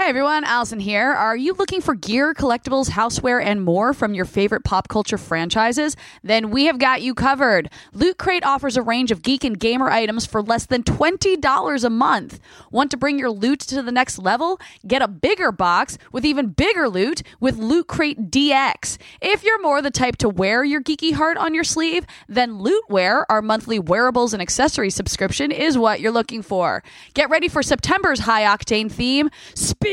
everyone, Allison here. Are you looking for gear, collectibles, houseware, and more from your favorite pop culture franchises? Then we have got you covered. Loot Crate offers a range of geek and gamer items for less than $20 a month. Want to bring your loot to the next level? Get a bigger box with even bigger loot with Loot Crate DX. If you're more the type to wear your geeky heart on your sleeve, then Lootwear, our monthly wearables and accessories subscription, is what you're looking for. Get ready for September's high octane theme speed.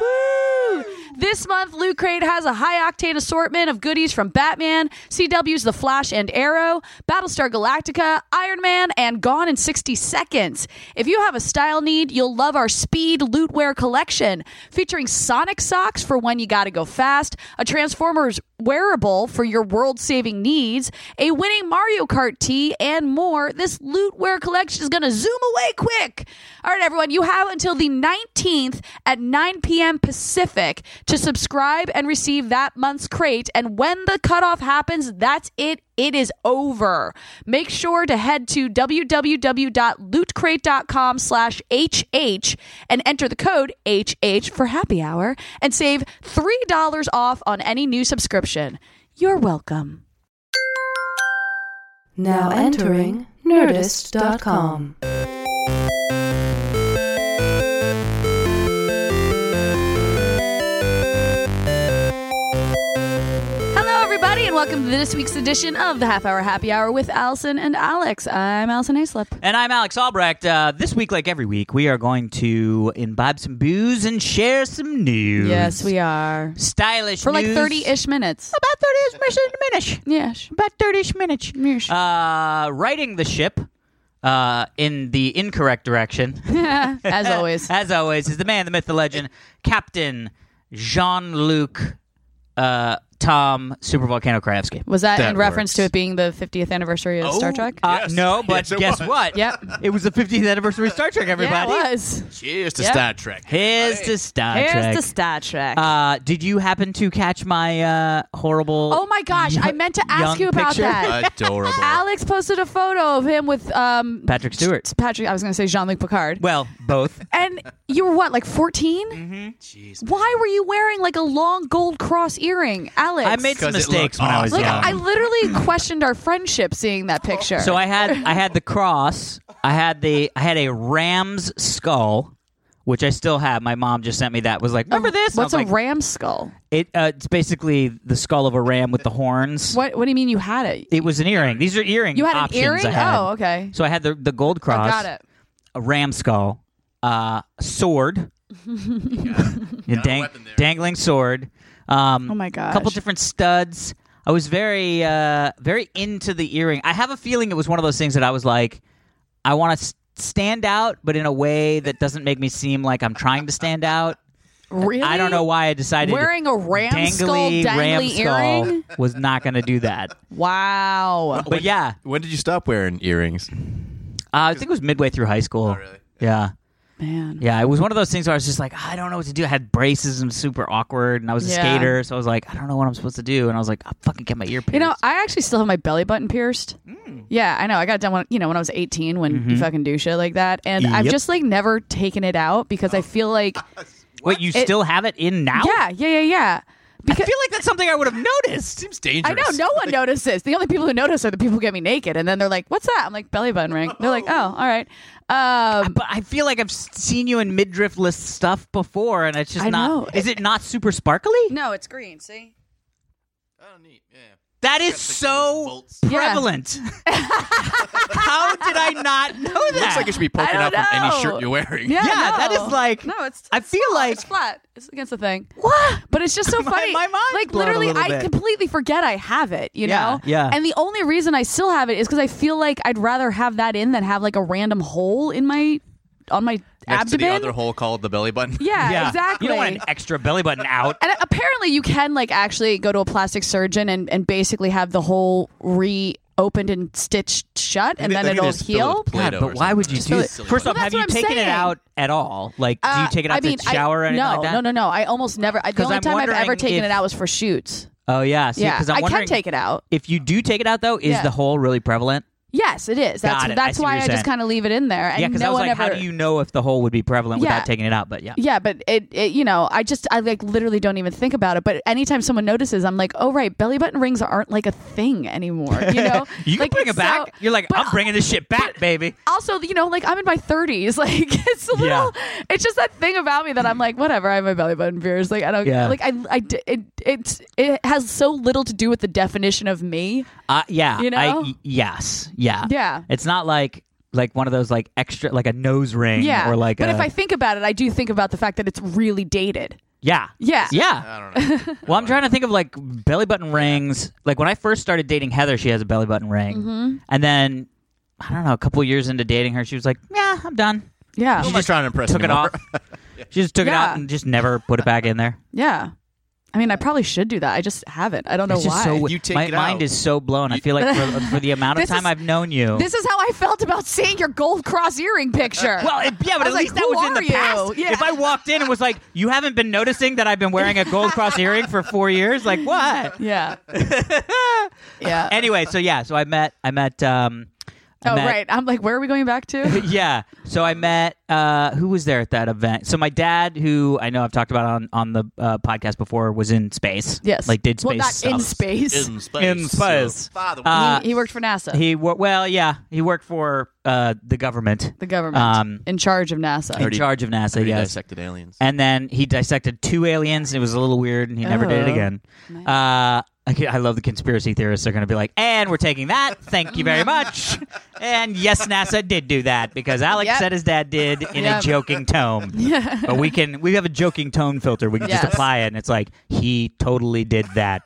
Woo! This month, Loot Crate has a high octane assortment of goodies from Batman, CW's The Flash and Arrow, Battlestar Galactica, Iron Man, and Gone in 60 Seconds. If you have a style need, you'll love our Speed Lootwear collection, featuring Sonic socks for when you gotta go fast, a Transformers wearable for your world saving needs, a winning Mario Kart tee, and more. This lootware collection is going to zoom away quick. All right, everyone, you have until the 19th at 9 p.m. Pacific to subscribe and receive that month's crate. And when the cutoff happens, that's it. It is over. Make sure to head to www.lootcrate.com slash HH and enter the code HH for happy hour and save $3 off on any new subscription. You're welcome. Now entering Nerdist.com. Hello, everybody, and welcome to this week's edition of the Half Hour Happy Hour with Allison and Alex. I'm Allison Hayslip. And I'm Alex Albrecht. Uh, this week, like every week, we are going to imbibe some booze and share some news. Yes, we are. Stylish For like news. 30 ish minutes. About 30 ish minutes. Yeah. About 30 ish minutes. Mish. Uh, riding the ship uh, in the incorrect direction, As always. as always, is the man, the myth, the legend, Captain Jean Luc uh, Tom Super Volcano Krajewski. Was that, That in reference works. to it being the 50th anniversary of Star Trek? Uh, Yes. No, but Yes, it guess was. what? Yep. It was the 50th anniversary of Star Trek, everybody. Yeah, it was. Cheers to Yeah. Star Trek. Here's to Star Trek. Here's the Star Trek. Uh, did you happen to catch my uh, horrible? oh my gosh, I meant to ask young you about picture. Uh, that. Adorable. Alex posted a photo of him with um, Patrick Stewart. Patrick, I was going to say Jean Luc Picard. Well, Mm. both. And you were what, like 14? Jeez. Why were you wearing like a long gold cross earring, Alex? I made some 'Cause it mistakes looks when I was Like awesome. young. I literally questioned our friendship seeing that picture. so I had I had the cross. I had the I had a ram's skull, which I still have. My mom just sent me that. Was like, remember this? I Oh, What's was a like, ram skull? It, uh, it's basically the skull of a ram with the horns. What What do you mean you had it? It was an earring. These are earring. You had an options earring? I had. Oh, okay. So I had the the gold cross. Got it. a ram skull, uh, a sword, a dang- weapon there. dangling sword. Um, Oh my gosh. A couple different studs. I was very, uh, very into the earring. I have a feeling it was one of those things that I was like, I want to s- stand out, but in a way that doesn't make me seem like I'm trying to stand out. Really? I don't know why I decided Wearing a ram skull, dangly dangly ram earring. skull was not going to do that. Wow. But yeah, When did you stop wearing earrings? uh, I think it was midway through high school. Oh, really? Yeah. Man. Yeah, it was one of those things where I was just like, "Ah, I don't know what to do. I had braces and super awkward, and I was a Yeah. skater, so I was like, I don't know what I'm supposed to do. And I was like, I'll fucking get my ear pierced. You know, I actually still have my belly button pierced. Yeah, I know. I got it done when you know when I was 18 when you fucking do shit like that, and I've Mm-hmm. Yep. just like never taken it out because I feel like Wait, you still have it in now? yeah, yeah, yeah, yeah. I Because feel like that's something I would have noticed. Seems I dangerous. know no one notices. The only people who notice are the people who get me naked, and then they're like, "What's that?" I'm like, "Belly button ring." They're like, "Oh, all right." Um, But I feel like I've s- seen you in midriffless stuff before, and it's just I not. know. Is it not super sparkly? no, it's green. See, Oh, neat. Yeah. That is those so bolts. Yeah. prevalent. How did I not know that? Looks like it should be poking I out don't from any know. shirt you're wearing. Yeah, Yeah, no. that is like- no. It's I it's feel flat, like- it's flat. It's against the thing. what? But it's just so My- funny. my mind's like blown a literally, little I bit. completely forget I have it. You Yeah, know. yeah. And the only reason I still have it is because I feel like I'd rather have that in than have like a random hole in my on my Next to abdomen. the other hole called the belly button. yeah, Yeah, exactly. You don't want an extra belly button out. and apparently, you can like actually go to a plastic surgeon and, and basically have the hole reopened and stitched shut, and They- then they it'll just fill it heal. with Play-Doh God, or but why would you something. do? Just fill it- First Well, off, have that's you what I'm taken it saying. out at all? Like, do Uh, you take it out I mean, to shower I, or anything no, like that? No, no, no. I almost never. I, the 'Cause only I'm time I've ever wondering taken if- it out was for shoots. Oh yeah, see, yeah, because I'm I can wondering take it out. if you do take it out though, is Yeah. the hole really prevalent? Yes, it is. That's Got it. I that's see what why you're I just saying. kind of leave it in there. And yeah, because no I was one like, ever, how do you know if the hole would be prevalent Yeah. without taking it out? But yeah. Yeah, but it, it you know, I just I like literally don't even think about it. But anytime someone notices, I'm like, oh right, belly button rings aren't like a thing anymore. You know, You like, can bring it so- back. You're like, but I'm bringing this shit back, baby. Also, you know, like I'm in my 30s. Like it's a Yeah. little, it's just that thing about me that I'm like, whatever. I have my belly button beers. Like I don't. Yeah. Like I, I d- it, it, it has so little to do with the definition of me. Uh, yeah. You I- know? y- yes. Yeah. Yeah. It's not like like one of those like extra like a nose ring Yeah. or like but a if I think about it, I do think about the fact that it's really dated. yeah Yeah. yeah. I don't know. Well, I'm trying to think of like belly button rings. Like when I first started dating Heather, she has a belly button ring, Mm-hmm. and then I don't know, a couple years into dating her, she was like, "Yeah, I'm done." Yeah. I'm just trying to impress Took it anymore. off. She just took it Yeah. out and just never put it back in there. Yeah. I mean, I probably should do that. I just haven't. I don't know It's just why. so You weird. take My it mind out. is so blown. I feel like for, for the amount of This time is- I've known you, This is how I felt about seeing your gold cross earring picture. Well, it, yeah, but I was at like, least that "Who was in are the you?" past. Yeah. If I walked in and was like, "You haven't been noticing that I've been wearing a gold cross earring for four years," like what? yeah, yeah. Anyway, so yeah, so I met, I met, um, I oh, met- right. I'm like, where are we going back to? yeah. So I met uh, who was there at that event. So my dad, who I know I've talked about on on the uh, podcast before, was in space. yes, like did space. Well, not in stuff. space. In space. In space. So, Father, Uh, he, he worked for NASA, He wor- well, yeah, he worked for uh, the government, the government, um, in charge of NASA. in charge of NASA. we Yes, dissected aliens. and then he dissected two aliens. It was a little weird, and he never did it Oh. again. Uh, I I love the conspiracy theorists. They're going to be like, "And we're taking that. Thank you very much." and yes, NASA did do that because Alex Yep. said his dad did in Yep. a joking tone. But we can we have a joking tone filter. We can Yes. just apply it, and it's like he totally did that.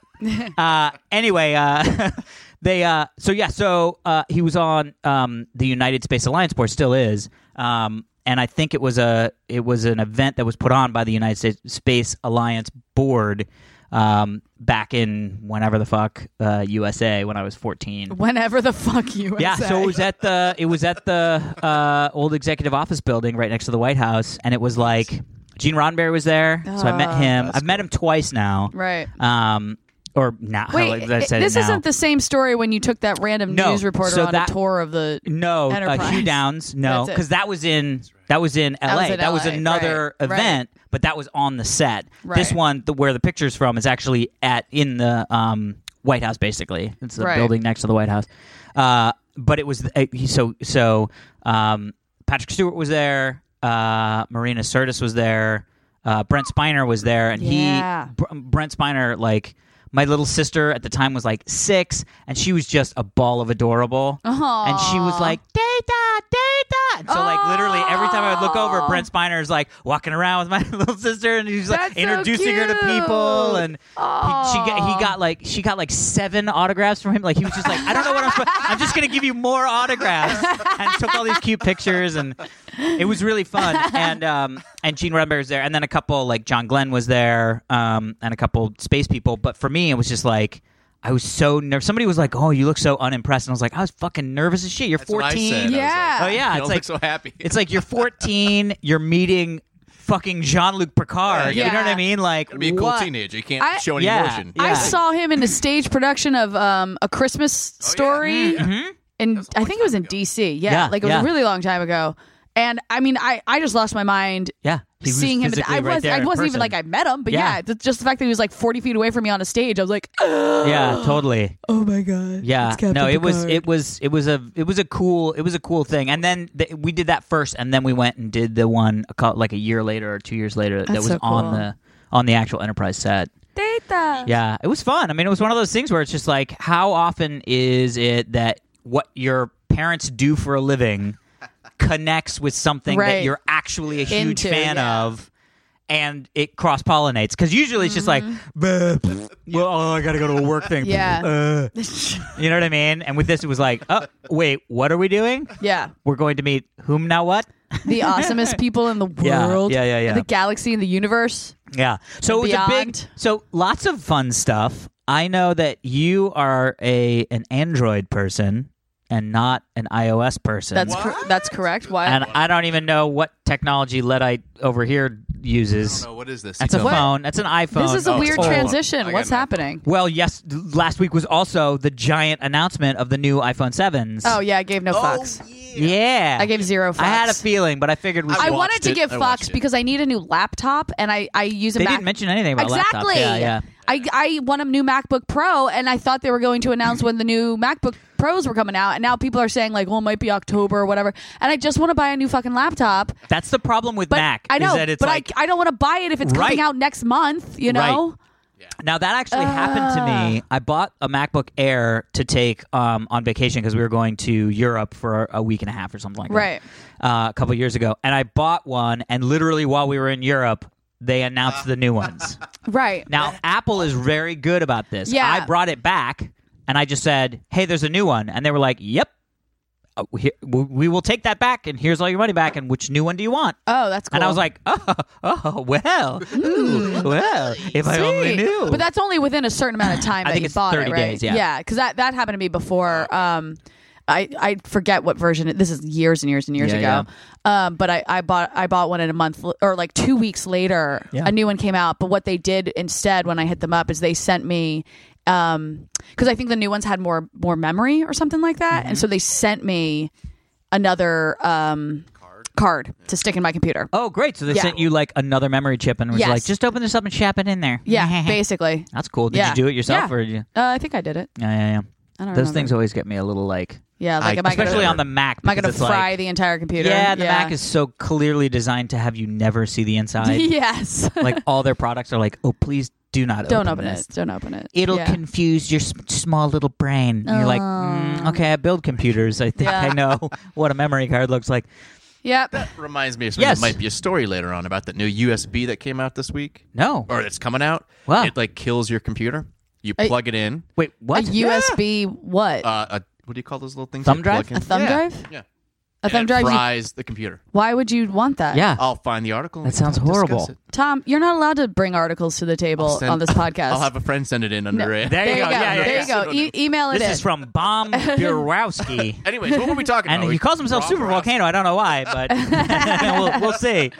uh, anyway, uh, they uh, so yeah, so uh, he was on um, the United Space Alliance board, still is, um, and I think it was a it was an event that was put on by the United States Space Alliance board um, back in whenever the fuck uh, USA when I was fourteen. Whenever the fuck you. would Yeah, say. so it was at the it was at the uh, old executive office building right next to the White House, and it was like Gene Roddenberry was there, so I met Ah, him. I've met him twice now, right. um, or now. Wait, I said it this now. isn't the same story when you took that random No, news reporter so on that- a tour of the. no uh, Enterprise. Hugh Downs. No, That's it. because that was in that was in L.A. was in LA, another right, right. event, but that was on the set. This Right. one, the, where the picture's from, is actually at in the um, White House. Basically, it's the Right. building next to the White House. Uh, but it was uh, he- so so. Um, Patrick Stewart was there. Uh, Marina Sirtis was there. Uh, Brent Spiner was there, and Yeah. he Br- Brent Spiner like. My little sister at the time was like six, and she was just a ball of adorable. And she was Aw. like, data, data. And so, like, literally, every time I would look over, Aw. Brent Spiner is like walking around with my little sister, and he's like That's so introducing her to people. cute. And he, she got, he got like she got like seven autographs from him. Like he was just like, I don't know what I'm. Supposed- I'm just gonna give you more autographs, and took all these cute pictures, and it was really fun. And um, and Gene Roddenberry was there, and then a couple like John Glenn was there, um, and a couple space people. But for me, it was just like. I was so nervous. Somebody was like, "Oh, you look so unimpressed," and I was like, "I was fucking nervous as shit." You're That's what I 14. said. I was like, Yeah. Oh yeah, you it's don't like look so happy. it's like you're 14. You're meeting fucking Jean Luc Picard. Yeah. You know what I mean? Like, Gotta be a cool what? teenager. You can't I- show any Yeah. emotion. Yeah. I saw him in a stage production of um, a Christmas Oh, Mm-hmm. story, and I think it was in D.C. Yeah, Yeah, like it was yeah. a really long time ago. And I mean, I, I just lost my mind Yeah, He was seeing him. physically I right was there I in wasn't person. even like I met him, but Yeah. yeah, th- just the fact that he was like forty feet away from me on a stage, I was like, yeah, totally. oh my god, Yeah, it's Captain no, it was Picard. it was it was a it was a cool it was a cool thing. And then th- we did that first, and then we went and did the one a cou- like a year later or two years later that That's so was on cool. the on the actual Enterprise set. Data. Yeah, it was fun. I mean, it was one of those things where it's just like, how often is it that what your parents do for a living connects with something that Right. you're actually a huge Into, fan yeah. of? And it cross pollinates because usually it's just like, "Bah, pff, well, oh, I got to go to a work thing. Mm-hmm. Yeah. Uh, you know what I mean? And with this, it was like, oh, wait, what are we doing? yeah, We're going to meet whom now what? the awesomest people in the Yeah, world, yeah, yeah, yeah. the galaxy and the universe. Yeah. So it was a big Beyond. so lots of fun stuff. I know that you are a an Android person. and not an iOS person. That's cor- that's correct. Why? and I don't even know what technology Luddite over here don't uses. know Oh, what is this. That's a What? phone. That's an iPhone. this is a Oh, weird oh. I transition. got What's nothing. happening? Well, yes, th- last week was also the giant announcement of the new iPhone 7s. Oh yeah, I gave no fucks. yeah. yeah. I gave zero fucks. I had a feeling, but I figured we I should. I watched wanted to it. give I watched Fox it. because I need a new laptop, and I I use a they Mac. didn't mention anything about exactly. laptops. Yeah, yeah. I I want a new MacBook Pro, and I thought they were going to announce when the new MacBook Pros were coming out, and now people are saying like, well, it might be October or whatever, and I just want to buy a new fucking laptop. That's the problem with But Mac. I know, is that it's but like I I don't want to buy it if it's Right. coming out next month. You know, now that actually happened to me. I bought a MacBook Air to take um, on vacation because we were going to Europe for a week and a half or something like Right. that. Uh, a couple years ago, and I bought one, and literally while we were in Europe, they announced the new ones. right? Now, Apple is very good about this. Yeah. I brought it back and I just said, hey, there's a new one. And they were like, yep, Uh, here- we we will take that back and here's all your money back. And which new one do you want? Oh, that's cool. Mm. And I was like, oh, oh well, ooh, well, if I only Sweet. knew. But that's only within a certain amount of time I that think you it's bought 30 it, right? days, yeah. because that, that happened to me before. Um, I, I forget what version. it- This is years and years and years Yeah, ago. Um, but I, I bought I bought one in a month l- or like two weeks later. Yeah. A new one came out. But what they did instead when I hit them up is they sent me because I think the new ones had more more memory or something like that, Mm-hmm. and so they sent me another um, card to stick in my computer. oh, great. So they Yeah. sent you like another memory chip and was Yes. like, just open this up and shap it in there. Yeah, basically. that's cool. Did yeah. you do it yourself Yeah. or did you? Uh, I think I did it. Yeah, yeah, yeah. I don't Those remember. things always get me a little like, Yeah, like am I- I gonna, especially Whatever. on the Mac. am I because gonna it's fry like, the entire computer? Yeah, the Mac is so clearly designed to have you never see the inside. yes. like all their products are like, oh, please do not Don't open open this. it. Don't open it. It'll yeah. Oh. confuse your s- small little brain. And You're like, mm, okay, I build computers. I think Yeah. I know what a memory card looks like. Yep. Reminds me of something. that Yes. might be a story later on about that new USB that came out this week, No, or that's coming out. Wow. It like kills your computer. You I- plug it in. wait, A what? USB what? Uh, a, what do you call those little things? Thumb you drive? plug in? a thumb Yeah. drive? Yeah. A thumb and it drive? you- fries the computer. why would you want that? yeah, I'll find the article. Oh. That sounds Discuss horrible. it. Tom, you're not allowed to bring articles to the table send- on this podcast. I'll have a friend send it in under it. There there you go. Yeah, yeah, there yeah. you go. E- email it This in. is from Bomb Burowski. Anyways, what were we talking and about? he calls himself Super Volcano. I don't know why, but we'll, we'll see.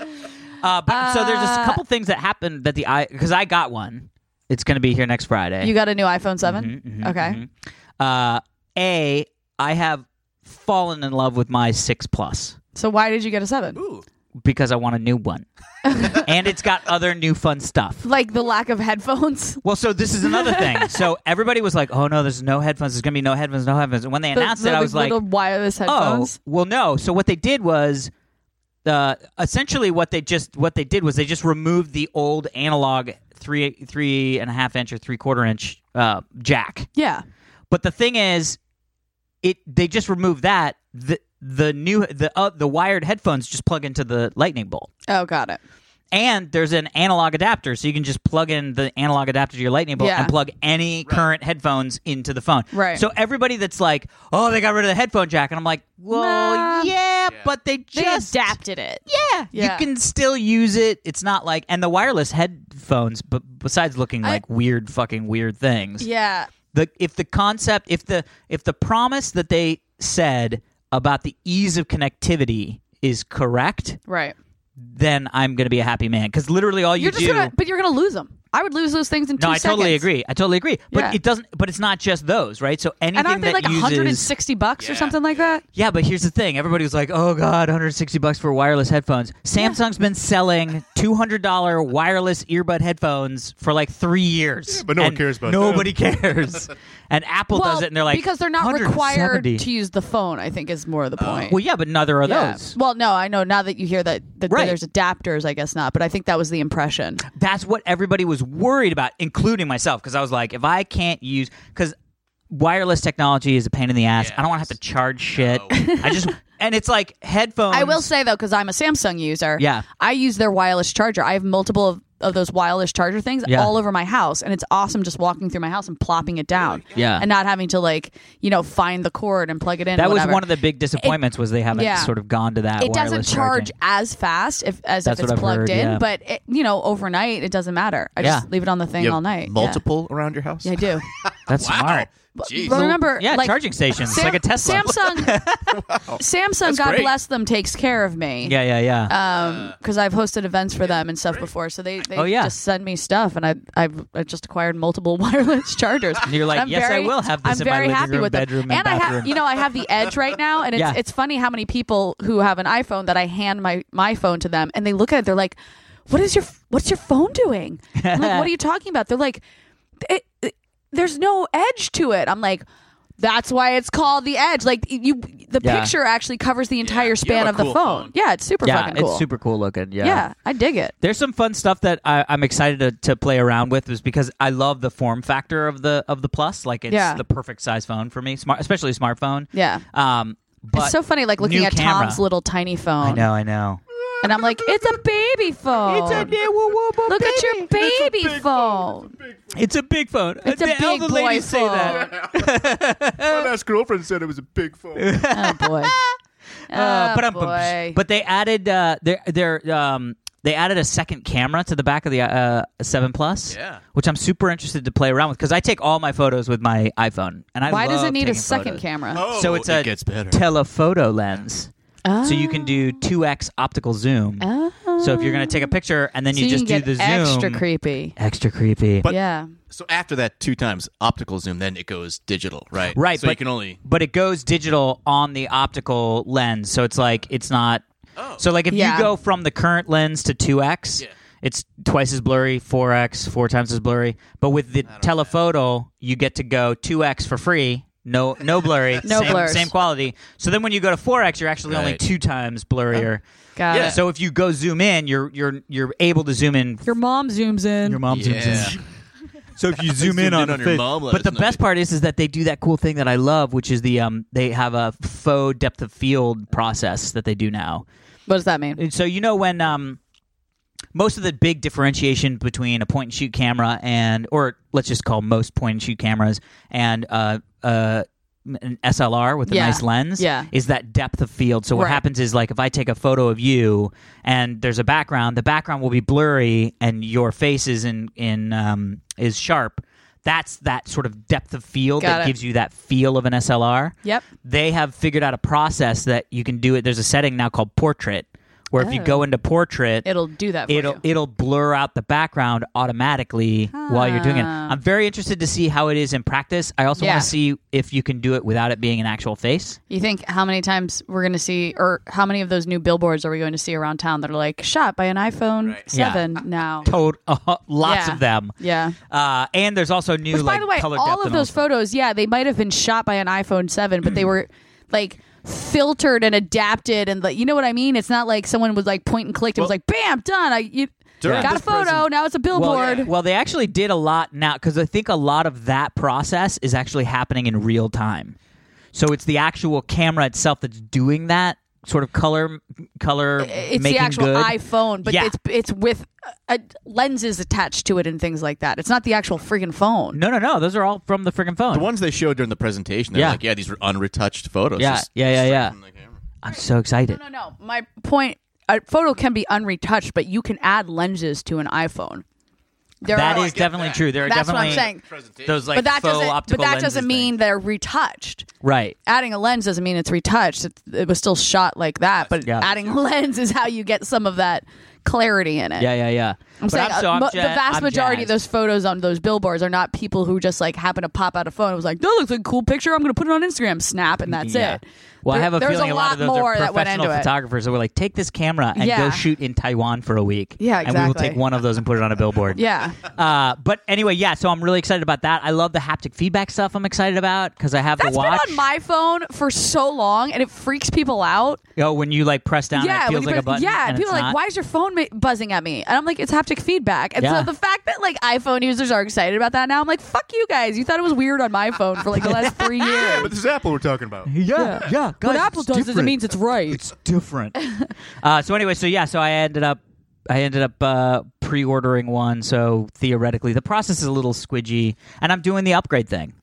Uh, but so there's just a couple things that happened that the I because I got one. It's going to be here next Friday. Mm-hmm, you got a new iPhone 7? okay. uh, a I have fallen in love with my six plus So why did you get a 7? Ooh, because I want a new one, and it's got other new fun stuff. Like the lack of headphones? Well, so this is another thing. So everybody was like, "Oh no, there's no headphones. There's going to be no headphones, no headphones." And when they The- announced the, it, I was the like, little wireless headphones? Oh, well, no. So what they did was, uh, essentially, what they just what they did was they just removed the old analog three three and a half inch or three quarter inch uh, jack. Yeah. But the thing is, it they just removed that. The the new the uh, the wired headphones just plug into the lightning bolt. Oh, got it. And there's an analog adapter, so you can just plug in the analog adapter to your lightning bolt Yeah. and plug any current headphones into the phone. Right. So everybody that's like, "Oh, they got rid of the headphone jack," and I'm like, "Well, Nah. yeah, but they They just adapted it. yeah, Yeah. you can still use it. It's not like and the wireless headphones, but besides looking I- like weird fucking weird things, Yeah. the if the concept if the if the promise that they said about the ease of connectivity is correct, Right. then I'm gonna be a happy man because literally all you You're just do. gonna, but you're gonna lose them. I would lose those things in two no, I seconds. totally agree. I totally agree. But Yeah. it doesn't. But it's not just those, right? So anything And aren't they that like uses 160 bucks or Yeah. something like that? Yeah, but here's the thing. Everybody was like, "Oh God, 160 bucks for wireless headphones." Samsung's been selling $200 wireless earbud headphones for like three years, but no one And cares about Nobody cares, and Apple does it, and they're like, because they're not required 170. to use the phone. I think is more the point. Well, yeah, but neither are Yeah. those. Well, no, I know now that you hear that, that Right. there's adapters. I guess not, but I think that was the impression. That's what everybody was worried about, including myself, because I was like, if I can't use, because wireless technology is a pain in the ass. I don't want to have to charge shit. I just, and it's like headphones. I will say though, because I'm a Samsung user. Yeah. I use their wireless charger. I have multiple of, of those wireless charger things Yeah. all over my house, and it's awesome just walking through my house and plopping it down. Yeah. and not having to like you know find the cord and plug it in. That or was whatever. one of the big disappointments was they haven't yeah. sort of gone to that. it doesn't wireless charge charging. as fast if as That's if it's what I've plugged heard, in, yeah. but it, you know, overnight it doesn't matter. I Yeah. just leave it on the thing You have all night. Yeah. Multiple around your house. Yeah, I do. That's Wow. smart. Jeez. Well, remember, Yeah, like, charging stations, Sam- like a Tesla. Samsung, Samsung, God great. bless them, takes care of me. yeah, yeah, yeah. Uh, because I've hosted events for them and stuff before, so they, they Oh, yeah. just send me stuff, and I I've, I just acquired multiple wireless chargers. And you're like, And I'm "Yes, I very- will have this I'm in my very living happy room, with them. bedroom, and and I have bathroom. you know I have the Edge right now, and it's Yeah. it's funny how many people who have an iPhone that I hand my my phone to them, and they look at it, they're like, "What is your what's your phone doing?" I'm like, "What are you talking about?" They're like, it, it- "There's no edge to it." I'm like. That's why it's called the edge. Like you, the Yeah. picture actually covers the entire you have span a of the cool phone. phone. Yeah, it's super yeah, fucking cool. it's super cool looking. Yeah. I dig it. There's some fun stuff that I, I'm excited to, to play around with, is because I love the form factor of the of the plus. Like it's Yeah. the perfect size phone for me, smart, especially smartphone. Yeah. Um, but it's so funny, like looking new at camera. Tom's little tiny phone. I know, I know. And I'm like, it's a baby phone. Look at your baby phone. It's a big phone. It's a All big the boy ladies say phone. that. My last girlfriend said it was a big phone. Oh boy. Uh, but, oh, um, boy. but they added uh, their their um, they added a second camera to the back of the uh, seven plus. Yeah. which I'm super interested to play around with because I take all my photos with my iPhone, and I why does love it need a taking second photos. camera? Oh, So it's it a gets better. telephoto lens. So you Oh. can do 2x optical zoom. So if you're going to take a picture and then So you you just can get do the zoom. extra creepy. Extra creepy. But- yeah. so after that two times optical zoom, then it goes digital, right? right, So but, you can only but it goes digital on the optical lens. So it's like it's not So like if Yeah. you go from the current lens to 2x, Oh. Yeah. it's twice as blurry, 4x, four times as blurry. But with the telephoto, you get to go 2x for free. No, no blurry, No same, blurs. same quality. So then, when you go to 4x, you're actually only Right. two times blurrier. Got Yeah. it. So if you go zoom in, you're you're you're able to zoom in. Your mom zooms in. Your mom yeah. zooms in. So if you zoom zoomed in in on, on the your face- mom, let but us the know. best part is is that they do that cool thing that I love, which is the um they have a faux depth of field process that they do now. what does that mean? And so you know when um most of the big differentiation between a point and shoot camera and or let's just call most point and shoot cameras and uh uh an SLR with a Yeah. nice lens Yeah. is that depth of field. So what Right. happens is like if I take a photo of you and there's a background, the background will be blurry and your face is in in um, is sharp. That's that sort of depth of field Got that it. gives you that feel of an SLR Yep. they have figured out a process that you can do it. There's a setting now called portrait, where if you go into portrait, Oh. It'll do that for it'll you. it'll blur out the background automatically while you're doing it. Ah. I'm very interested to see how it is in practice. I also Yeah. want to see if you can do it without it being an actual face. you think how many times we're going to see, or how many of those new billboards are we going to see around town that are like shot by an iPhone Right. 7 now? Toad, lots Yeah. of them. Yeah. Uh, and there's also new Which, like by the way, color all depth of and those stuff. photos, yeah, they might have been shot by an iPhone 7, but they were like filtered and adapted and like you know what I mean? It's not like someone was like point and clicked. It was like bam, done. I you, During got a this photo. present- now it's a Well, billboard. yeah. well, they actually did a lot now because I think a lot of that process is actually happening in real time. So it's the actual camera itself that's doing that sort of color color It's the making actual good. iPhone, but Yeah. it's it's with uh, uh, lenses attached to it and things like that. It's not the actual friggin' phone. No, no, no. Those are all from the friggin' phone. the ones they showed during the presentation, they're Yeah. like, yeah, these were unretouched photos. yeah, Just yeah, yeah, yeah. from the camera. I'm so excited. no, no, no. My point: a photo can be unretouched, but you can add lenses to an iPhone. There That are- is definitely true. There are That's what definitely I'm saying. those like but that faux doesn't. But optical that lenses doesn't mean thing. they're retouched. right. adding a lens doesn't mean it's retouched. It, it was still shot like that, but Yeah. adding a lens is how you get some of that clarity in it. Yeah, yeah, yeah. I'm but saying I'm, so uh, I'm mo- ja- the vast I'm majority jazzed. of those photos on those billboards are not people who just like happen to pop out a phone. and was like, that looks like a cool picture. I'm going to put it on Instagram, snap, and that's Yeah. it. Well, I There- have a there's feeling a a lot, of lot those more are that went professional into it. photographers that were like, take this camera and Yeah. go shoot in Taiwan for a week. Yeah, And we will take exactly. one of those and put it on a billboard. Yeah, Uh, but anyway, yeah. So I'm really excited about that. I love the haptic feedback stuff. I'm excited about because I have that's the watch. been on my phone for so long, and it freaks people out. oh, when you like press down, yeah, it when feels you like a press- button. yeah, and people it's are not. like, why is your phone ma- buzzing at me? And I'm like, it's haptic feedback. And Yeah. so the fact that like iPhone users are excited about that now, I'm like, fuck you guys. You thought it was weird on my phone for like the last three years. this is Apple we're talking about. Yeah, yeah. What Apple does is it means it's right. it's different. uh, so anyway, so yeah, so I ended up I ended up uh, pre-ordering one. So theoretically, the process is a little squidgy, and I'm doing the upgrade thing.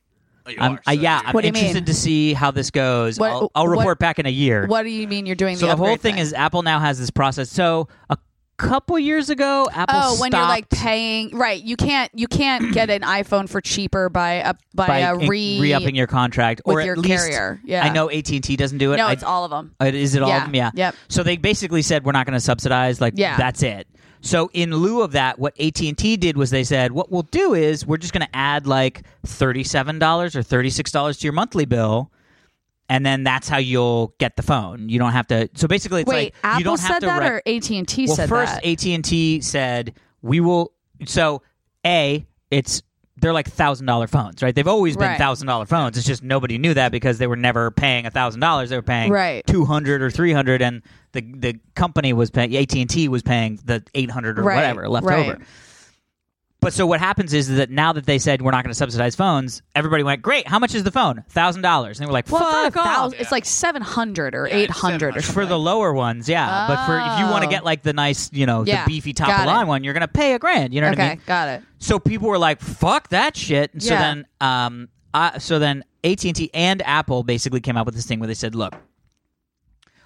Oh, I'm, I- yeah, I'm What do you mean? interested to see how this goes. What- I'll, I'll what- report back in a year. what do you mean you're doing so the whole upgrade thing, is Apple now has this process. So a couple years ago, Apple Oh, when you're like stopped paying, right? You can't you can't get an iPhone for cheaper by a by, by a in- re re-upping your contract with or your at least, carrier. Yeah. I know AT and T doesn't do it. No, I- it's all of them. Uh, Is it all Yeah. of them? Yeah. Yep. So they basically said we're not going to subsidize. Like Yeah. that's it. So in lieu of that, what AT and T did was they said, what we'll do is we're just going to add like thirty-seven dollars or thirty-six dollars to your monthly bill, and then that's how you'll get the phone. You don't have to. So basically, it's Wait, like Apple you don't said have to. that re- or AT and T well, said first that? AT and T said we will. So a it's they're like thousand dollar phones, right? They've always been Right. thousand dollar phones. It's just nobody knew that because they were never paying thousand dollars. They were paying Right. two hundred or three hundred, and the the company was paying AT and T was paying the eight hundred or Right, whatever left right. over. But so what happens is that now that they said we're not going to subsidize phones, everybody went great. How much is the phone? Thousand dollars, and they were like, Well, it's not a fuck off. thousand- It's like seven hundred or Yeah, eight hundred or it's For something. the lower ones, yeah. But for if you want to Oh. get like the nice, you know, Yeah. the beefy top Got of it. the line one, you're gonna pay a grand. You know what I okay, mean? got it. So people were like, "Fuck that shit." And so Yeah. then, um, I, so then AT and T and Apple basically came out with this thing where they said, "Look,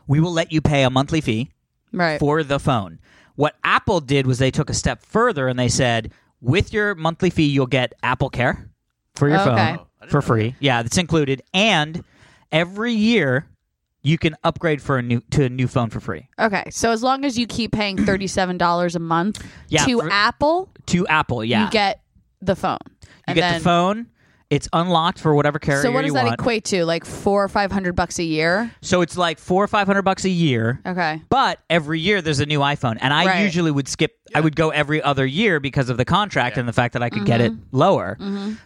we will let you pay a monthly fee Right. for the phone." What Apple did was they took a step further and they said, "With your monthly fee, you'll get Apple Care for your Oh, Okay. phone for free. Yeah, that's included, and every year." You can upgrade for a new to a new phone for free. Okay, so as long as you keep paying thirty-seven dollars a month Yeah, to for- Apple, to Apple. Yeah, you get the phone. You get the phone. It's unlocked for whatever carrier So what does you that want. equate to? Like four or five hundred bucks a year? so it's like four or five hundred bucks a year. Okay. But every year there's a new iPhone, and I Right. usually would skip. I would go every other year because of the contract and the fact that I could get it Mm-hmm. lower.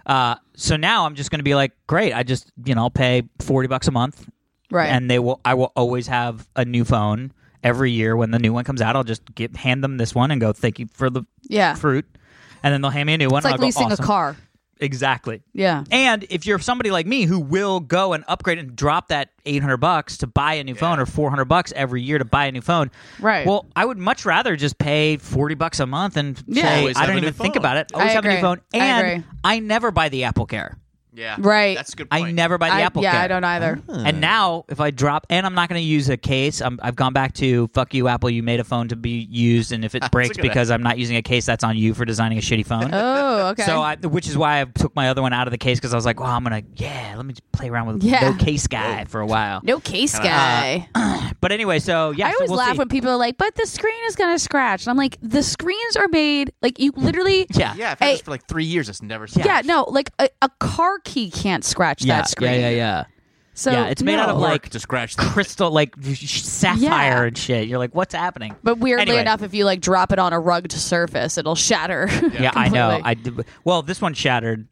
Uh, so now I'm just going to be like, great. I just you know I'll pay forty bucks a month, Right. and they will. I will always have a new phone every year when the new one comes out. I'll just get hand them this one and go, thank you for the yeah. fruit, and then they'll hand me a new one. it's like and I'll leasing go, awesome. a car. Exactly. Yeah. And if you're somebody like me who will go and upgrade and drop that 800 bucks to buy a new phone or 400 bucks every year to buy a new phone, Right. Well, I would much rather just pay 40 bucks a month and Yeah. say Always I have don't a new even think phone. about it. Always I have a new agree. phone, I and agree. I, never buy the Apple Care. Yeah. Right. That's a good point. I never buy the I, Apple yeah, Care. I don't either. Hmm. And now, if I drop, and I'm not going to use a case, I'm, I've gone back to fuck you, Apple. You made a phone to be used, and if it breaks good because I'm not using a case, that's on you for designing a shitty phone. Oh, okay. So, I, which is why I took my other one out of the case because I was like, "Well, I'm gonna, yeah, let me just play around with Yeah. no case guy for a while." no case guy. But anyway, so uh, yeah, I so always we'll laugh see. when people are like, "But the screen is gonna scratch," and I'm like, "The screens are made like you literally." yeah, Yeah, I've had this Hey. for like three years. It's never. Yeah, no, like a, a car key can't scratch yeah, that screen. yeah, yeah, yeah. So Yeah, it's made out of, no. like, Like to scratch. the- Crystal, like sapphire Yeah. and shit. You're like, what's happening? But weirdly Anyway. enough, if you like drop it on a rugged surface, it'll shatter. Yeah, I know. completely. I did, well, this one shattered.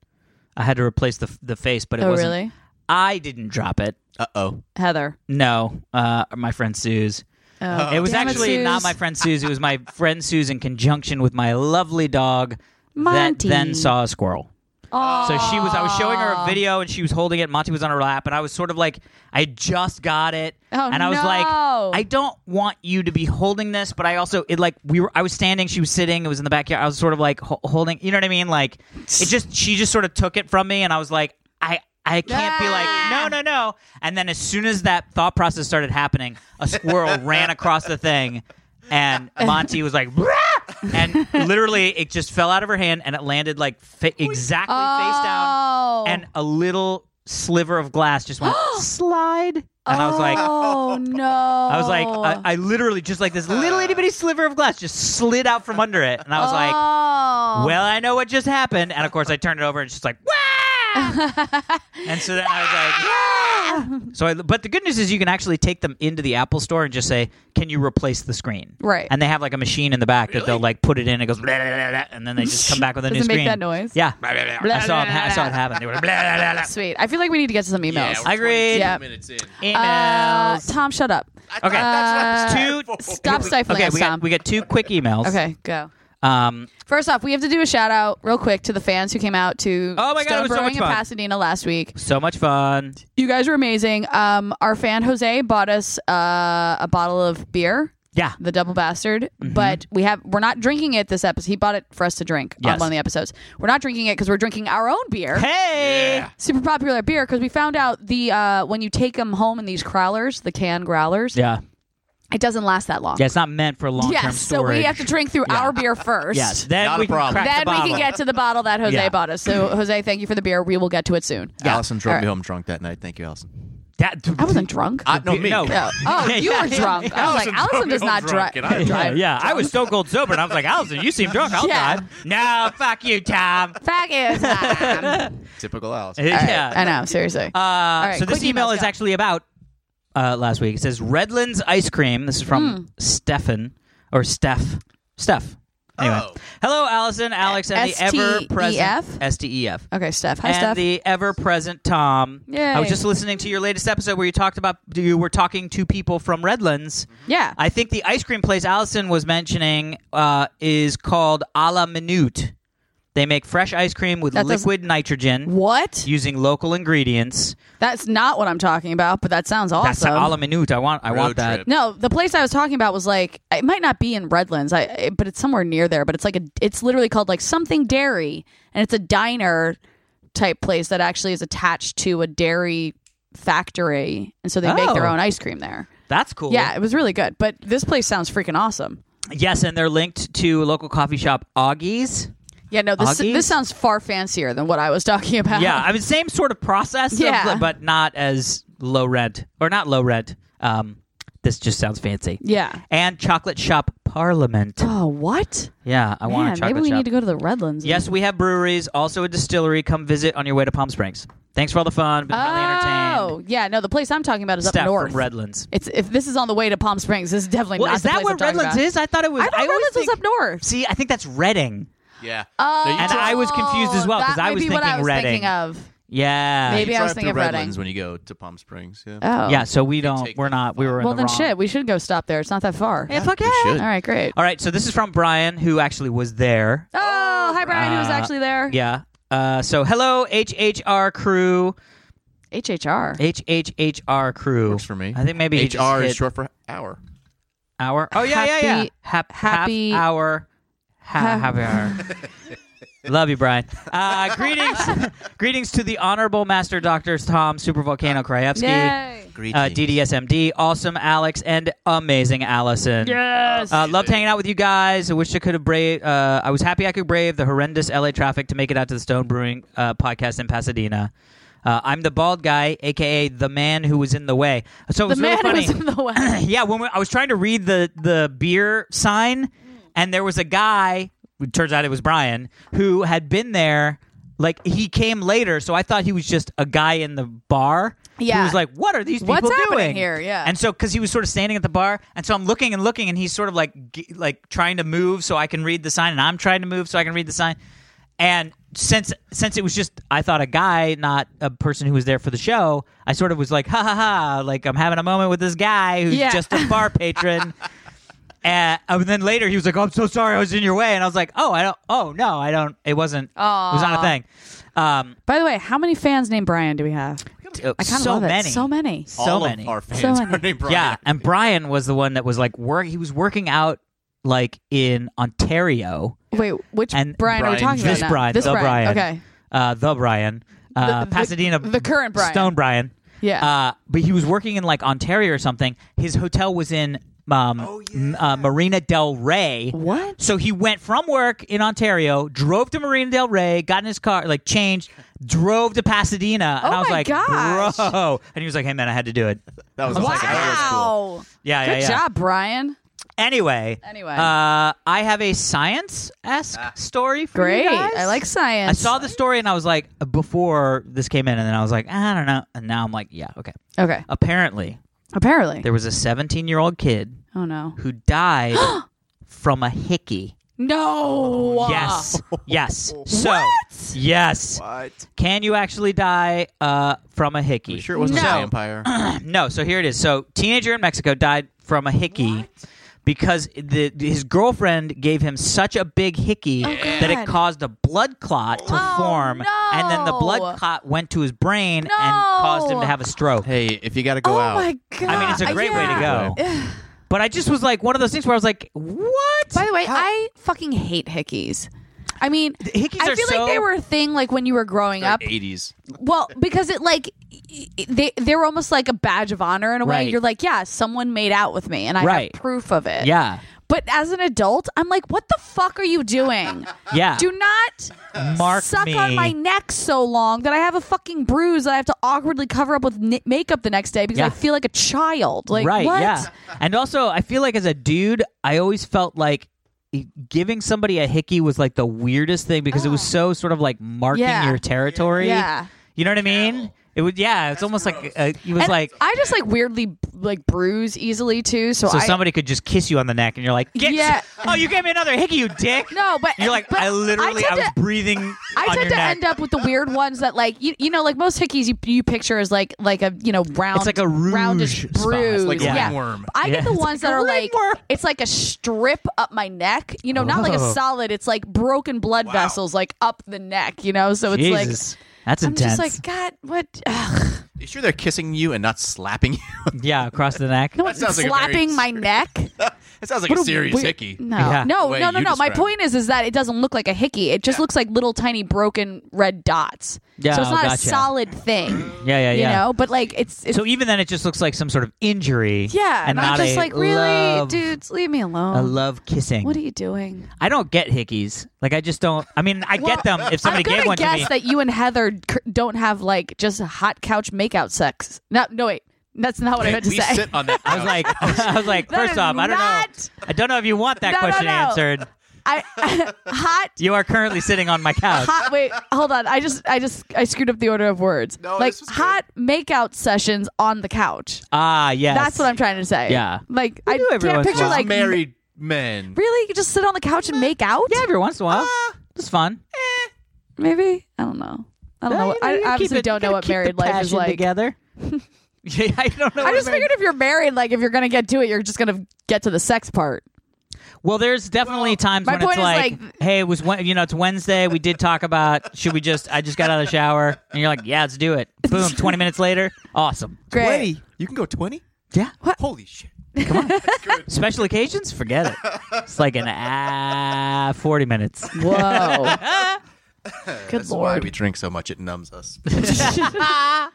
I had to replace the the face, but it oh, wasn't. really, I didn't drop it. Uh oh. Heather? No, uh, my friend Sue's. Oh, It was damn actually Suze. not my friend Sue's. It was my friend Sue's in conjunction with my lovely dog Monty. that then saw a squirrel. Aw. So she was. I was showing her a video, and she was holding it. Monty was on her lap, and I was sort of like, I just got it, Oh, and I was like, no. I don't want you to be holding this, but I also it like we were. I was standing, she was sitting. It was in the backyard. I was sort of like ho- holding. You know what I mean? Like it just. She just sort of took it from me, and I was like, I. I can't be like no no no and then as soon as that thought process started happening a squirrel ran across the thing and Monty was like "Rah!" and literally it just fell out of her hand and it landed like fa- exactly face down Oh. and a little sliver of glass just went slide. And I was like, oh no! I was like, Oh. I, I literally just like this little itty bitty sliver of glass just slid out from under it, and I was like, oh. well, I know what just happened. And of course, I turned it over, and she's like, "Wah!" and so then I was like, "Wah!" so I, but the good news is you can actually take them into the Apple Store and just say, "Can you replace the screen?" Right. And they have like a machine in the back that they'll like put it in. It goes, "Blah, blah, blah, blah," and then they just come back with a Does new it make screen. that noise? Yeah. I saw it. ha- I saw it happen. They were. Blah, blah, blah, blah. sweet. I feel like we need to get to some emails. we're Agreed. 22 Yeah. Minutes uh, in. Emails. Tom, shut up. I thought Okay. that's what I was Two- there for. Uh, Stop stifling okay, us, we Tom. got, we got two quick emails. okay, go. Um, First off, we have to do a shout out real quick to the fans who came out to Oh my God, Stone it was so Brewing much in fun. Pasadena last week. so much fun. You guys are amazing. Um, our fan Jose bought us uh, a bottle of beer, Yeah. the Double Bastard, Mm-hmm. but we have we're not drinking it this episode. He bought it for us to drink on Yes. one of the episodes. We're not drinking it because we're drinking our own beer. Hey. Yeah. super popular beer because we found out the uh, when you take them home in these growlers, the canned growlers, Yeah. It doesn't last that long. Yeah, it's not meant for long term Yes, so storage. we have to drink through our beer first. Yes, then Not a we can problem. crack Then the we bottle. can get to the bottle that Jose Yeah. bought us. So, Jose, thank you for the beer. We will get to it soon. Allison drove All right. me home drunk that night. Thank you, Allison. that. I wasn't drunk. I, no, me. Uh, No. No. Oh, you were drunk. I was like, Allison does not drunk, dri- and I- Yeah, drive. yeah. I was stone cold sober, and I was like, Allison, you seem drunk. I'll Yeah. drive. No, fuck you, Tom. Fuck it. All Typical Allison. right. yeah. I know, seriously. Uh, right, so this quick email emails, is go. actually about uh, last week. It says Redlands ice cream. This is Hmm. from Stefan or Steph. Steph. Anyway. Oh. Hello, Allison, Alex, and the E ever present S-T-E-F? S T E F. okay, Steph. Hi, And Steph. the ever present Tom. I Yay. was just listening to your latest episode where you talked about you were talking to people from Redlands. yeah. I think the ice cream place Allison was mentioning uh, is called A la Minute. They make fresh ice cream with That doesn't- liquid nitrogen what? using local ingredients. That's not what I'm talking about, but that sounds awesome. That's a la minute. I want. I want Road that. trip. No, the place I was talking about was like it might not be in Redlands, I I- but it's somewhere near there. But it's like a it's literally called like something dairy, and it's a diner type place that actually is attached to a dairy factory, and so they make their Oh. own ice cream there. That's cool. Yeah, it was really good. But this place sounds freaking awesome. Yes, and they're linked to local coffee shop Augie's. Yeah, no, this Augie's? this sounds far fancier than what I was talking about. Yeah, I mean same sort of process. of- Uh-huh. Yeah. but not as low rent or not low rent. Um, this just sounds fancy. yeah. And chocolate shop Parliament. Oh, what? Yeah, I want Man, a chocolate maybe we shop. need to go to the Redlands. yes, we have breweries, also a distillery. Come visit on your way to Palm Springs. Thanks for all the fun. Been highly entertained. Oh, yeah. No, the place I'm talking about is Steph up north. from Redlands. It's if this is on the way to Palm Springs, this is definitely Well, not is the that place what I'm talking Redlands about. is? I thought it was. I thought always Redlands think, was up north. See, I think that's Reading. Yeah. Oh, No, you And drive- I was confused as well, 'cause I that was may be what thinking I was Reading. thinking of. Yeah. you Maybe I drive was thinking through of Redlands Reading. when you go to Palm Springs. Yeah. Oh, Yeah, so we don't. take We're the not. We were in Well, the then wrong. shit. We should go stop there. It's not that far. Yeah, fuck yeah. We All should. right, great. All right, so this is from Brian, who actually was there. Oh, hi Brian, who was Uh, actually there? Yeah. Uh, so hello HHR crew, HHR. HHHR crew. Works for me. I think maybe he just HR is hit short for hour. hour. Oh yeah, yeah, yeah. Happy- Hap, happy- half hour. Ha, Ha- happy hour. Love you, Brian. Uh, greetings, greetings to the honorable Master Doctors Tom Super Volcano Krajewski, Yay. uh, DDSMD, awesome Alex, and amazing Allison. Yes. Uh, loved hanging out with you guys. I wish I could have brave. Uh, I was happy I could brave the horrendous LA traffic to make it out to the Stone Brewing uh, podcast in Pasadena. Uh, I'm the bald guy, aka the man who was in the way. So it the was man really was funny. in the way. yeah, when we, I was trying to read the the beer sign, and there was a guy. It turns out it was Brian who had been there. Like he came later, so I thought he was just a guy in the bar. Yeah. he was like, "What are these people What's happening doing here? Yeah. and so because he was sort of standing at the bar, and so I'm looking and looking, and he's sort of like g- like trying to move so I can read the sign, and I'm trying to move so I can read the sign, and since since it was just I thought a guy, not a person who was there for the show, I sort of was like ha ha ha, like I'm having a moment with this guy who's Yeah. just a bar patron. And, and then later he was like, "Oh, I'm so sorry, I was in your way," and I was like, "Oh, I don't. Oh no, I don't. It wasn't. It was not a thing." Um, By the way, how many fans named Brian do we have? I kind of so love many, it. So many. so All many. Of our fans So many. are named Brian. Yeah, and Brian was the one that was like work. He was working out like in Ontario. Wait, which And Brian, are we Brian, talking about This now? Brian, This the Brian, Okay. uh, the Brian, uh, The- the- Pasadena, the current Brian. Stone Brian. Yeah. Uh, but he was working in like Ontario or something. His hotel was in um, m- uh, Marina Del Rey. What? So he went from work in Ontario, drove to Marina Del Rey, got in his car, like changed, drove to Pasadena, and Oh I was my like, gosh. "Bro!" And he was like, "Hey man, I had to do it." That was Wow. awesome. That was cool. Wow. Yeah, yeah, Good yeah. job, Brian. Anyway, Anyway. uh, I have a science esque story for Great. you guys. I like I science. saw the story and I was like, uh, before this came in, and then I was like, I don't know, and now I'm like, yeah, okay. Okay. Apparently, Apparently. there was a 17 year old kid oh no. who died from a hickey. No. Oh, Yes, yes. So, yes. What? Can you actually die uh, from a hickey? You sure it wasn't No. a vampire? No, so here it is. So teenager in Mexico died from a hickey because the his girlfriend gave him such a big hickey that it Oh, God. caused a blood clot to Oh, form, and then the no. blood clot went to his brain and caused him to No. have a stroke. hey, if you got to go Oh out, my god. I mean, it's a great Yeah. way to go. But I just was like one of those things where I was like, "What?" By the way, I fucking hate hickeys. I mean, hickeys I are feel so- like they were a thing like when you were growing up. 80s. Well, because it like they they're almost like a badge of honor in a way. Right. You're like, yeah, someone made out with me, and I Right. have proof of it. Yeah. But as an adult, I'm like, what the fuck are you doing? Yeah. Do not Mark suck me. on my neck so long that I have a fucking bruise that I have to awkwardly cover up with ni- makeup the next day because Yeah. I feel like a child. Like, right. what? Yeah. And also, I feel like as a dude, I always felt like e, giving somebody a hickey was like the weirdest thing because it was so sort of like marking Ah. Yeah. your territory. Yeah. You know what I mean? It would. Yeah. It's almost like uh, it was And like. I just like weirdly like bruise easily too. So, so I, somebody could just kiss you on the neck, and you're like, Get Yeah. "Oh, you gave me another hickey, you dick!" no, but You're like, but "I literally, I, tend was to- breathing I on tend your to neck." end up with the weird ones that like you, you know like most hickeys you, you picture as like like a you know round It's like a rouge roundish spot. It's bruise like a yeah. ringworm. I Yeah. get the It's ones that like a are like ringworm. it's like a strip up my neck you know not like a Oh. solid it's like broken blood vessels like up the neck you know so it's Jesus, that's like I'm intense. just like God what ugh. You sure they're kissing you and not slapping you? yeah, across the neck. no one's sounds like a very slapping my neck it sounds like What a a serious weird- hickey. No, Yeah. no, The way no, no, you no. My describe point is, is that it doesn't look like a hickey. It just looks like little tiny broken red dots. Yeah, so it's oh, not a gotcha. solid thing. Yeah, yeah, you yeah. know, but like it's, it's So even then, it just looks like some sort of injury. yeah. and I'm not just a like, really, love, dudes, leave me alone. I love kissing. what are you doing? I don't get hickeys. Like I just don't. I mean, I Well, get them if I'm somebody gonna gave one guess to me. that you and Heather c- don't have like just hot couch makeout sex. No, no, wait, that's not what I We, meant to we say. sit on that. I was like, I was like, That first is off, I don't not- know. I don't know if you want that No, no, question no. answered. I hot. You are currently sitting on my couch. Hot, wait, hold on. I just, I just, I screwed up the order of words. No, like this was good. hot makeout sessions on the couch. Ah, yes. That's what I'm trying to say. Yeah. Like We I do every can't once in a picture while. like married men. Really, you just sit on the couch and make out? Yeah, every once in a while, Ah. it's fun. Maybe I don't know. I don't know. Yeah, what- you you I keep obviously it- you don't know gotta what keep the married life is passion like. Together. yeah, I don't know. I what just married- figured if you're married, like if you're gonna get to it, you're just gonna get to the sex part. Well, there's definitely times my when it's point is, like, like- hey, it was when, you know, it's Wednesday. We did talk about should we just? I just got out of the shower, and you're like, yeah, let's do it. Boom, 20 minutes later, awesome. Great. Twenty. You can go twenty. Yeah. Holy shit. Special occasions, forget it. It's like an ah, 40 minutes. Whoa. Good That's why lord. we drink so much; it numbs us. Uh,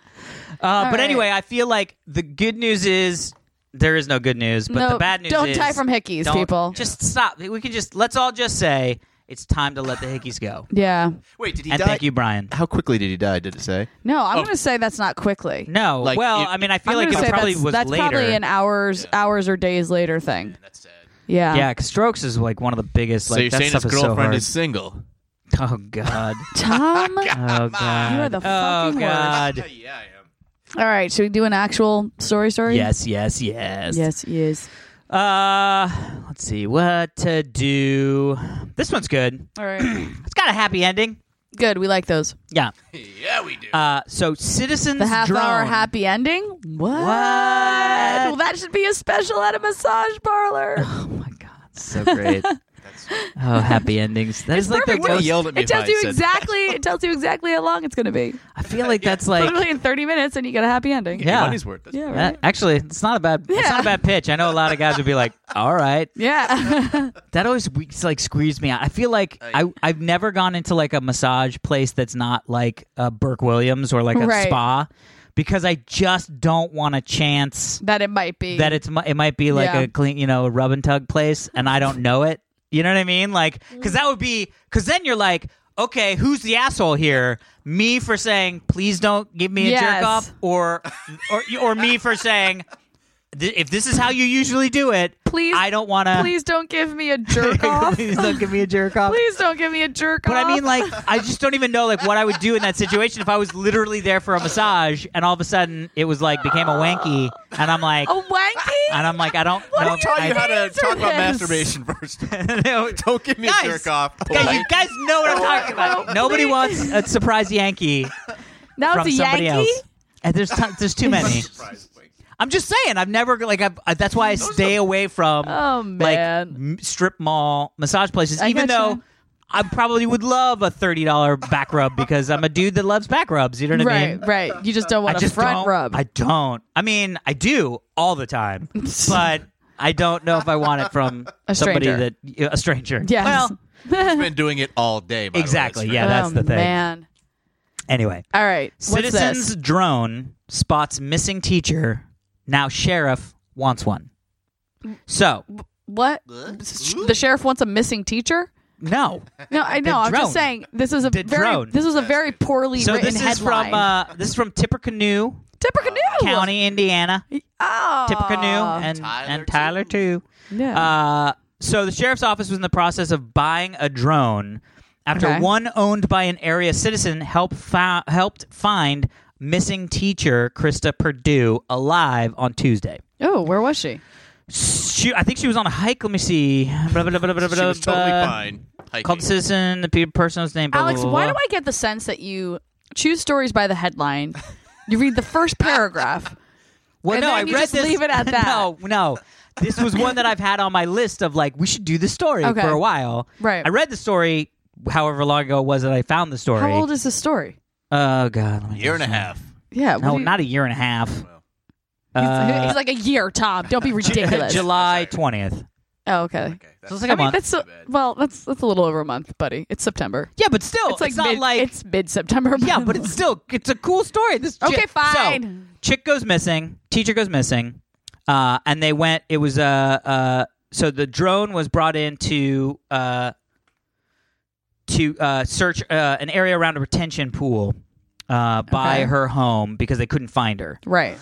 but right. anyway, I feel like the good news is there is no good news, but No, the bad news don't is die from hickeys, don't- people. Just stop. We can just let's all just say it's time to let the hickeys go. yeah. Wait, did he And die? thank you, Brian. How quickly did he die? Did it say? No, I'm gonna say that's not quickly. No, Like, well, it- Oh. I mean, I I'm feel like gonna it say probably that's, was that's later. probably an hours, hours or days later thing. That's sad. Yeah. yeah, because strokes is like one of the biggest. So Like you're that saying his stuff is so girlfriend hard. is single? Oh God. Tom, Oh God. you are the oh fucking worst. God. yeah, I am. All right, should we do an actual story? Story. Yes, yes, yes. Yes. Yes. Uh, let's see what to do. This one's good. All right. It's got a happy ending. Good. We like those. Yeah. Yeah, we do. Uh, so citizens The half drone. hour happy ending? What? Well, that should be a special at a massage parlor. Oh my God, so great. oh, happy endings. That is like the perfect. Would have most. yelled at me It if tells I you said exactly it tells you exactly how long it's gonna be. I feel like that's like. Literally in thirty minutes and you get a happy ending. Yeah. Your money's worth. That's- Yeah, Uh, right. actually, it's not a bad. It's not Yeah. a bad pitch. I know a lot of guys would be like, "All right." Yeah. That always we- like squeezed me out. I feel like I I've never gone into like a massage place that's not like a Burke Williams or like a Right. spa because I just don't want a chance that it might be. that it's mi- it might be like Yeah. a clean you know rub and tug place and I don't know it. You know what I mean? Like because that would be because then you're like. Okay, who's the asshole here? Me for saying please don't give me a Yes. jerk off, or or or me for saying "Th- if this is how you usually do it, Please- I don't want to. Please don't give me a jerk off. please don't give me a jerk off. Please don't give me a jerk But off. I mean, like, I just don't even know like what I would do in that situation if I was literally there for a massage and all of a sudden it was like became a wanky, and I'm like, a wanky? and I'm like, I don't know. I'll tell you how to answer talk about this. masturbation first. no, Don't give me Guys. a jerk off. guys, you guys know what I'm talking about. Nobody wants a surprise Yankee Now from it's a somebody Yankee. else. And there's t- there's too many. I'm just saying. I've never like I've, I, that's why I stay away from Oh, like man. m- strip mall massage places. I even though gotcha. I probably would love a thirty dollar back rub because I'm a dude that loves back rubs. You know what I mean? Right, right. You just don't want I a just front don't, rub. I don't. I mean, I do all the time, but I don't know if I want it from A somebody stranger. that a stranger. Yes. Well, I've been doing it all day. by the way. Exactly, It's yeah. oh that's the thing. man. anyway, All right. What's citizens this? drone spots missing teacher. Now sheriff wants one. So What? The sheriff wants a missing teacher? no. No, I know. I'm drone. just saying this is a The very drone. this was a very poorly So written this is headline. from uh, this is from Tippecanoe Tippecanoe County, Indiana. Oh. Tippecanoe and Tyler and Tyler too. yeah. Uh, so the sheriff's office was in the process of buying a drone after Okay. one owned by an area citizen helped fi- helped find missing teacher Krista Purdue alive on Tuesday. oh, where was she? She, I think she was on a hike. Let me see. Blah, blah, blah, blah, blah, She was blah, totally blah. fine. Hiking. Called citizen, the pe- person's name. Blah, Alex, blah, blah, why do blah. I get the sense that you choose stories by the headline? You read the first paragraph. Well, And no, then I you read just this. leave it at that. no, no. This was one that I've had on my list of like we should do the story Okay. for a while. Right. I read the story. However long ago it was that I found the story? How old is the story? Oh god, let me Year and a just- half. Yeah. what No, do you- not a year and a half. he's, Uh, he's like a year, Tom. Don't be ridiculous. July twentieth. oh, okay. Okay, So that's it's like I a mean, month. that's a, well, that's that's a little over a month, buddy. It's September. Yeah, but still, it's, It's like not mid, like it's mid September. yeah, but it's still it's a cool story. This Okay, chick- so, fine. chick goes missing. Teacher goes missing. Uh, and they went. It was uh, uh, so the drone was brought in to uh, to uh, search uh, an area around a retention pool uh, by Okay. her home because they couldn't find her. right.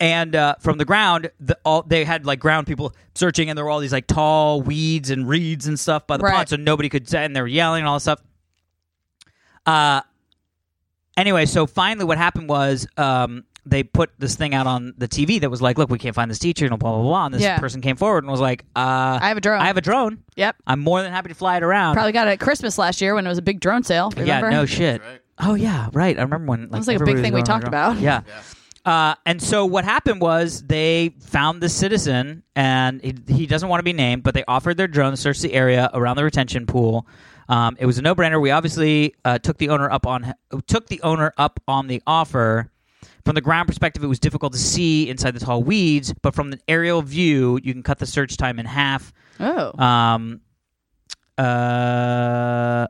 and uh, from the ground, the, all they had like ground people searching, and there were all these like tall weeds and reeds and stuff by the Right. pond, so nobody could. And they were yelling and all this stuff. Uh, anyway, so finally, what happened was um, they put this thing out on the TV that was like, "Look, we can't find this teacher," and blah blah blah. And this Yeah. person came forward and was like, uh, I have a drone. I have a drone. Yep. I'm more than happy to fly it around." Probably got it at Christmas last year when it was a big drone sale. yeah, Remember? no shit. right. Oh yeah, right. I remember when like, was, like, a big everybody thing we going on talked the about. ground. Yeah. Uh, and so what happened was they found this citizen, and he, he doesn't want to be named, but they offered their drone to search the area around the retention pool. Um, it was a no-brainer. We obviously uh, took the owner up on took the owner up on the offer. From the ground perspective, it was difficult to see inside the tall weeds, but from the aerial view, you can cut the search time in half. Oh. Um, uh,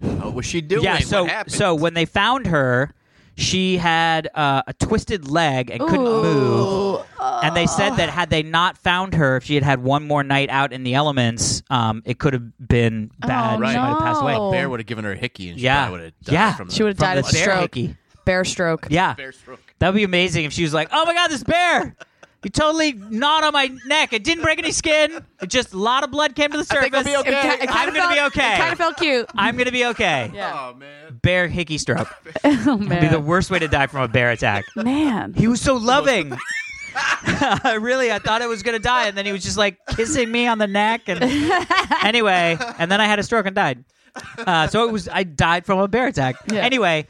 What was she doing? yeah, so what happened? so when they found her, she had uh, a twisted leg and couldn't move. Uh. And they said that had they not found her, if she had had one more night out in the elements, um, it could have been bad. Oh, She might have passed away. no. bear would have given her a hickey, and she Yeah. would have died Yeah. from She would have From died the of bear stroke. hickey. Bear stroke. Yeah, bear stroke. that would be amazing if she was like, "Oh my god, this bear! You totally gnawed on my neck. It didn't break any skin. It just a lot of blood came to the surface. think I'll be okay. ki- I'm kinda gonna be felt- okay. Oh, It kind of felt cute. I'm gonna be okay." Yeah. man, Bear hickey stroke. Oh, It'd be the man. worst way to die from a bear attack. man. He was so loving. I really, I thought it was gonna die, and then he was just like kissing me on the neck, and anyway, and then I had a stroke and died. Uh, so it was, I died from a bear attack. Yeah. Uh. Anyway,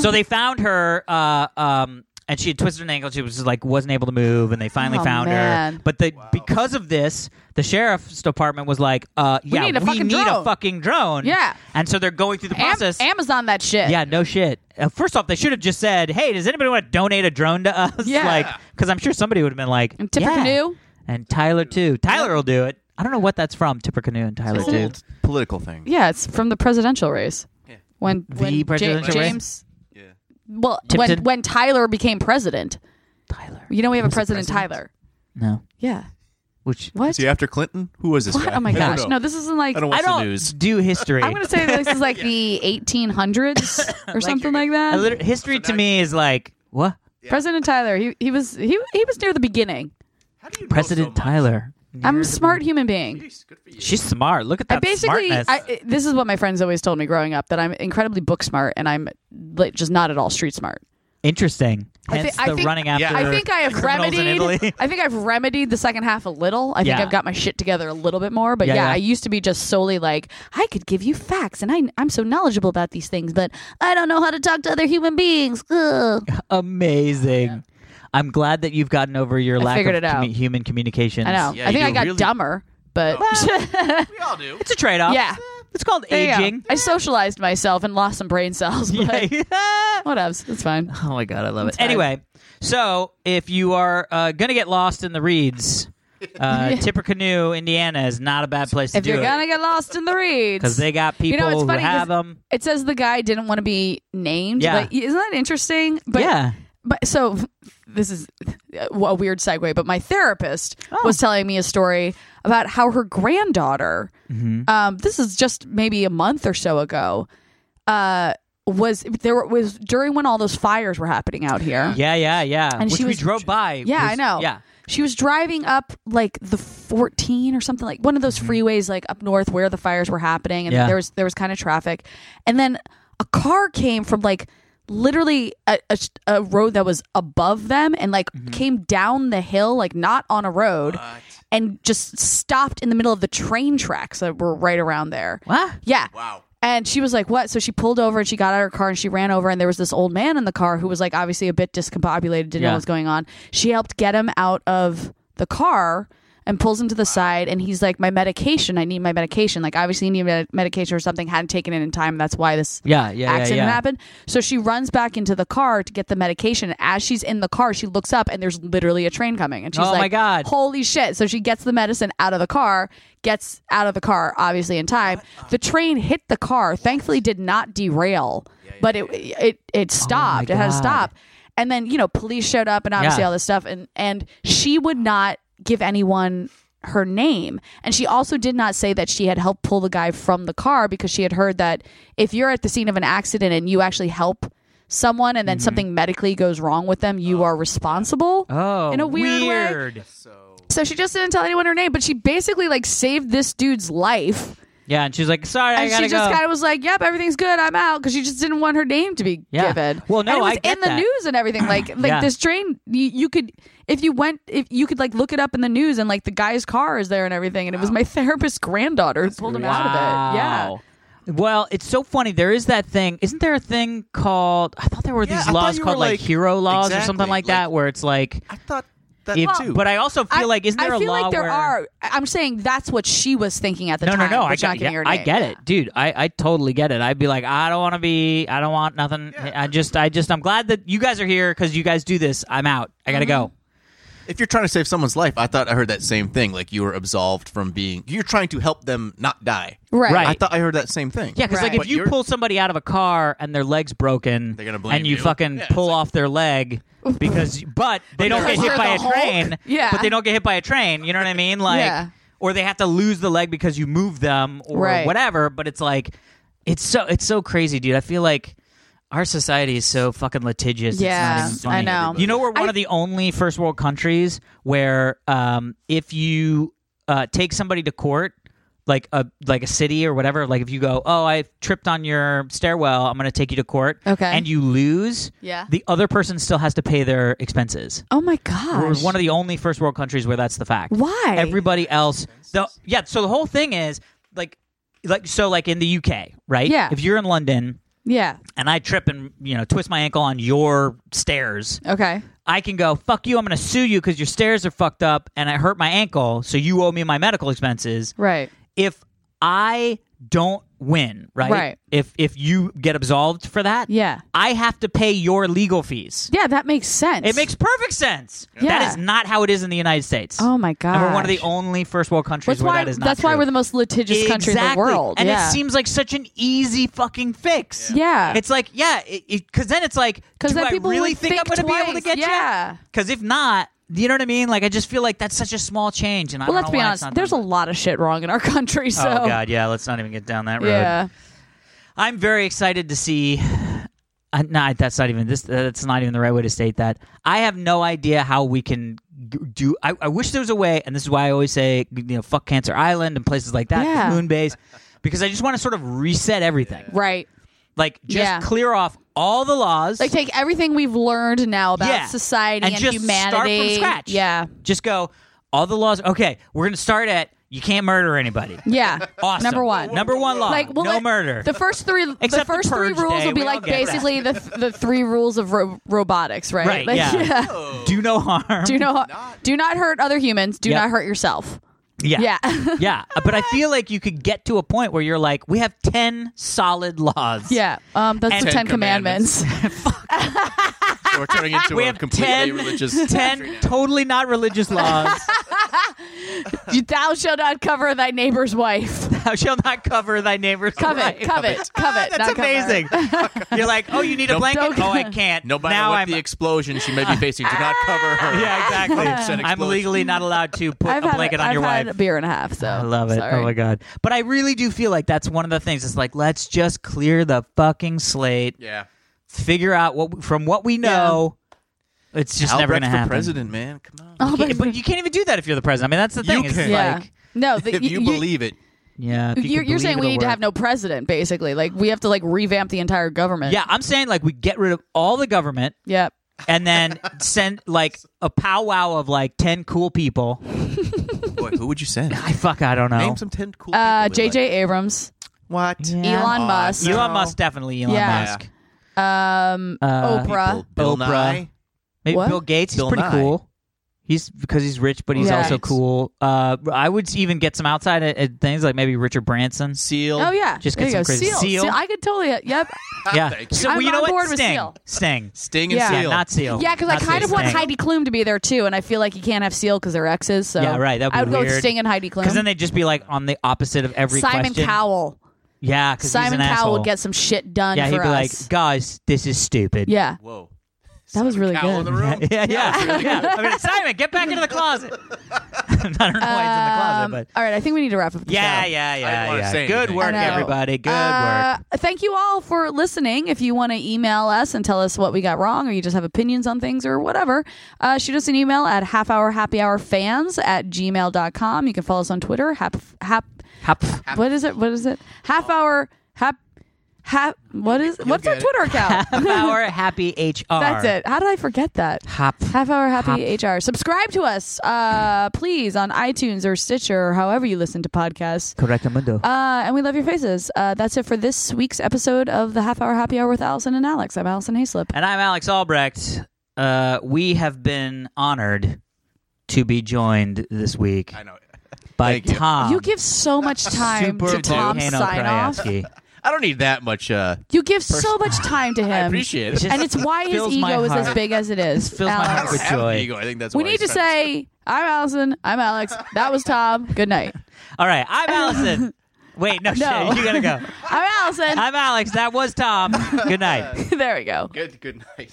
so they found her, uh, um, and she had twisted an ankle. She was just like wasn't able to move, and they finally Oh, found man. her. But the because of this, the sheriff's department was like, uh, "Yeah, need a fucking need drone. a fucking drone." Yeah. and so they're going through the Am- process. Amazon that shit. Yeah, no shit. Uh, first off, they should have just said, "Hey, does anybody want to donate a drone to us?" Yeah. like, because I'm sure somebody would have been like, And Tippecanoe. yeah. and Tyler too. Tyler will do it. I don't know what that's from. Tippecanoe and Tyler old too. political thing. Yeah, it's from the presidential race. Yeah. When The when Ja- presidential race? James Yeah. well when Tipton. when Tyler became president. Tyler. You know we have a Was it president, president? Tyler. No. Yeah. Which What? See, after Clinton, who was this what? guy? Oh my I don't gosh. know. No, this isn't like I don't watch I don't the news. do history. I'm gonna say that this is like the 1800s or something like that. I liter- history to me is like what President Tyler, he, he was he he was near the beginning. How do you know President so much? Tyler. I'm a smart human being. Jeez, good for you. She's smart. Look at that I basically, smartness. I, this is what my friends always told me growing up that I'm incredibly book smart and I'm like, just not at all street smart. Interesting. I thi- Hence I the think- running after. Yeah. I think I have criminals in remedied. Italy. I think I've remedied the second half a little. I think Yeah. I've got my shit together a little bit more. But yeah, Yeah, yeah. I used to be just solely like I could give you facts and I I'm so knowledgeable about these things, but I don't know how to talk to other human beings. Ugh. Amazing. I'm glad that you've gotten over your lack figured of it out. commu- human communications. I know. Yeah, I think you I got really- dumber, but we all do. It's a trade off. Yeah. It's called There you go. aging. I socialized myself and lost some brain cells. But Yeah. Whatevs. It's fine. oh my god, I love it. fine. Anyway, so if you are uh, gonna get lost in the reeds, uh, Tippecanoe, Indiana is not a bad place to If do you're it gonna get lost in the reeds, because they got You people know, it's funny who have 'cause them. it says the guy didn't want to be named. Yeah. But isn't that interesting? But yeah, but so this is a weird segue, but my therapist Oh. was telling me a story about how her granddaughter, Mm-hmm. um, this is just maybe a month or so ago, uh, was there were- was during when all those fires were happening out here. Yeah, yeah, yeah. And Which she we was- drove by. Yeah, was- I know. Yeah. She was driving up like the 14 or something like one of those freeways like up north where the fires were happening and Mm-hmm. Yeah. there was there was kind of traffic. And then a car came from like literally a, a, a road that was above them and like Mm-hmm. came down the hill like not on a road Uh. and just stopped in the middle of the train tracks that were right around there. What? Yeah. Wow. And she was like, "What?" So she pulled over and she got out of her car and she ran over and there was this old man in the car who was like obviously a bit discombobulated, didn't know Yeah. what was going on. She helped get him out of the car and pulls him to the side and he's like, "My medication, I need my medication." Like obviously he needed med- medication or something, hadn't taken it in time. That's why this Yeah, yeah, yeah, accident yeah. happened. So she runs back into the car to get the medication. As she's in the car, she looks up and there's literally a train coming and she's Oh, like, my God. holy shit so she gets the medicine out of the car gets out of the car obviously in time the train hit the car thankfully did not derail but it it it stopped it had to Oh God. stop and then you know police showed up and obviously Yeah. all this stuff and and she would not give anyone her name and she also did not say that she had helped pull the guy from the car because she had heard that if you're at the scene of an accident and you actually help someone and then something medically goes wrong with them you are responsible Oh, in a weird, way weird. so she just didn't tell anyone her name, but she basically like saved this dude's life. Yeah, and she's like, sorry, I And gotta she just go. kind of was like, "Yep, everything's good. I'm out," because she just didn't want her name to be Yeah. given. Well, no, and it was I get in the that. news and everything. Like, like Yeah. this train, you, you could if you went, if you could like look it up in the news, and like the guy's car is there and everything. And it was my therapist's granddaughter who pulled him out of it. Yeah, Wow. Well, it's so funny. There is that thing. Isn't there a thing called? I thought there were Yeah, I these thought laws you were called like, like- hero laws or something Exactly, like like- that, where it's like. I thought that if- too. but I also feel like isn't there I a feel law like there where are. I- I'm saying that's what she was thinking at the no, time. no, no, but I she's not get, giving yeah, her I name. get it, dude. I, I totally get it. I'd be like, I don't want to be, I don't want nothing. I just, I just, I'm glad that you guys are here because you guys do this. I'm out. I Mm-hmm. gotta go. if you're trying to save someone's life, I thought I heard that same thing. Like you were absolved from being. You're trying to help them not die. Right. Right. I thought I heard that same thing. Yeah, because Right. like if But you you're- pull somebody out of a car and their leg's broken, They're gonna blame and you, you. fucking Yeah, it's pull like- off their leg because, but they don't they're get hit like- by They're a the train. Hulk? Yeah. but they don't get hit by a train. You know what I mean? Like, Yeah. or they have to lose the leg because you move them or Right. whatever. But it's like, it's so it's so crazy, dude. I feel like. Our society is so fucking litigious. It's not Yeah, even funny. I know. You know, we're one I- of the only first world countries where um, if you uh, take somebody to court, like a like a city or whatever, like if you go, oh, I tripped on your stairwell, I'm going to take you to court, Okay. and you lose, Yeah. the other person still has to pay their expenses. Oh my We're gosh. one of the only first world countries where that's the fact. Why? Everybody else, the yeah. So the whole thing is like, like so like in the UK, right? Yeah. If you're in London yeah. and I trip and you know twist my ankle on your stairs, Okay. I can go fuck you. I'm going to sue you because your stairs are fucked up and I hurt my ankle, so you owe me my medical expenses Right. if I don't win, right? Right. If if you get absolved for that, Yeah. I have to pay your legal fees. Yeah, that makes sense. It makes perfect sense. Yeah. That is not how it is in the United States. Oh my And we're one of gosh. the only first world countries That's where why. that is not that's why true. we're the most litigious country in the Exactly. world. And yeah. it seems like such an easy fucking fix. Yeah. It's like, yeah, because it, 'cause then it's like, do because then I people really would think, I'm going to be able to twice. get you? yeah. Because if not, you know what I mean? Like, I just feel like that's such a small change. And I Well, don't let's know be why it's honest. not There's a done. lot of shit wrong in our country. So Oh God, yeah. Let's not even get down that road. yeah, I'm very excited to see. Uh, no, that's not even this. That's not even the right way to state that. I have no idea how we can g- do. I, I wish there was a way, and this is why I always say, you know, fuck Cancer Island and places like that, Yeah. Moon Base, because I just want to sort of reset everything. right. Like just Yeah. clear off all the laws. Like take everything we've learned now about Yeah. society and, And just humanity. start from scratch. Yeah, just go. All the laws. Okay, we're gonna start at you can't murder anybody. yeah. Awesome. Number one. Number one law. Like well, no it- murder. The first three, Except the the first three purge rules day, will be we all like get that. basically the the three rules of ro- robotics, right? right. Like, yeah. Do no harm. Do not do not hurt other humans. Do Yep. not hurt yourself. Yeah. Yeah. yeah. But I feel like you could get to a point where you're like, we have 10 solid laws. Yeah. Um, that's And the Ten Ten Commandments. So we're turning into We a have completely 10, religious country 10 now. totally not religious laws. You- Thou shalt not cover thy neighbor's wife. Thou shalt not cover thy neighbor's Covet, wife. covet, covet. Ah, That's not cover. amazing. You're like, oh, you need a Nope. blanket? Don't- Oh, I can't. No matter now what I'm the explosion she may be facing, do not cover her. yeah, It's an exactly. I'm explosion. legally not allowed to put I've a had blanket on I've your had wife. a beer and a half. So I love it. Sorry. Oh my god. But I really do feel like that's one of the things. It's like let's just clear the fucking slate. Yeah. Figure out what from what we know. It's just never Albrecht going to happen. for president, man. Come on. Oh, Yeah, but you can't even do that if you're the president. I mean, that's the You thing. It's can. yeah. like no, the, If you, believe it, yeah. You're, if you can you're believe saying we it'll need to work. have no president, basically. Like we have to like revamp the entire government. Yeah, I'm saying like we get rid of all the government Yep. and then send like a powwow of like 10 cool people. boy, who would you send? I fuck, I don't know. Name some ten cool. Uh, people we JJ Abrams, Like. What? Yeah. Elon Aw, Musk, no. Elon Musk definitely Elon Yeah. Musk. um, Uh, Oprah. People. Bill Oprah. Nye. Maybe What? Bill Gates, he's Bill pretty Nye. cool. He's because he's rich, but he's Yeah. also Gates. cool. Uh, I would even get some outside uh, uh, things like maybe Richard Branson. Seal. Oh yeah, Just there you get some go. crazy- Seal. Seal. I could totally. Yep. Yeah, Thank you. so I'm well, you know on what? board with Sting, Seal. Sting, Sting and Yeah. Seal. yeah, not Seal. Yeah, because I Oh, Not kind Seal, of want Sting. Heidi Klum to be there too, and I feel like you can't have Seal because they're exes. So Yeah, right, that'd be I would go with weird. Sting and Heidi Klum. Because then they'd just be like on the opposite of every Simon question. Cowell. Yeah, because Simon he's an Cowell asshole. would get some shit done yeah, for he'd be us. like, guys, this is stupid. yeah, Whoa. that was really Cowl in the good. room. yeah, yeah. yeah. I mean, Simon, get back into the closet. I don't know why he's in the closet, Um, but all right, I think we need to wrap up. The yeah, show. yeah, didn't yeah, wanna yeah. say Good anything. work, I know. everybody. Good work. Uh, thank you all for listening. If you want to email us and tell us what we got wrong, or you just have opinions on things or whatever, uh, shoot us an email at half hour happy hour fans at gmail.com. You can follow us on Twitter. Hap, hap, Hap- what is it? What is it? Half hour hap, hap, what is, what's our get it. Twitter account? Half hour happy HR. That's it. How did I forget that? Hop. Half hour happy HR. Subscribe to us, uh, please, on iTunes or Stitcher or however you listen to podcasts. Correct, Mundo. Uh, and we love your faces. Uh, that's it for this week's episode of the Half Hour Happy Hour with Allison and Alex. I'm Allison Hayslip. and I'm Alex Albrecht. Uh, we have been honored to be joined this week I know. by Thank you. Tom. you give so much time Ah. Super to Tom Volcano sign off. Krajewski. I don't need that much. Uh, You give so much time to him. I appreciate it. It's just- and it's why his Fills my ego is as heart. big as it is. fills my Alex. I don't With have an joy. ego. I think that's We why need he's to trying say, I'm Allison. I'm Alex. That was Tom. Good night. All right, I'm Allison. Wait, no, No. shit. You gotta go. I'm Allison. I'm Alex. That was Tom. Good night. there we go. Good. Good night.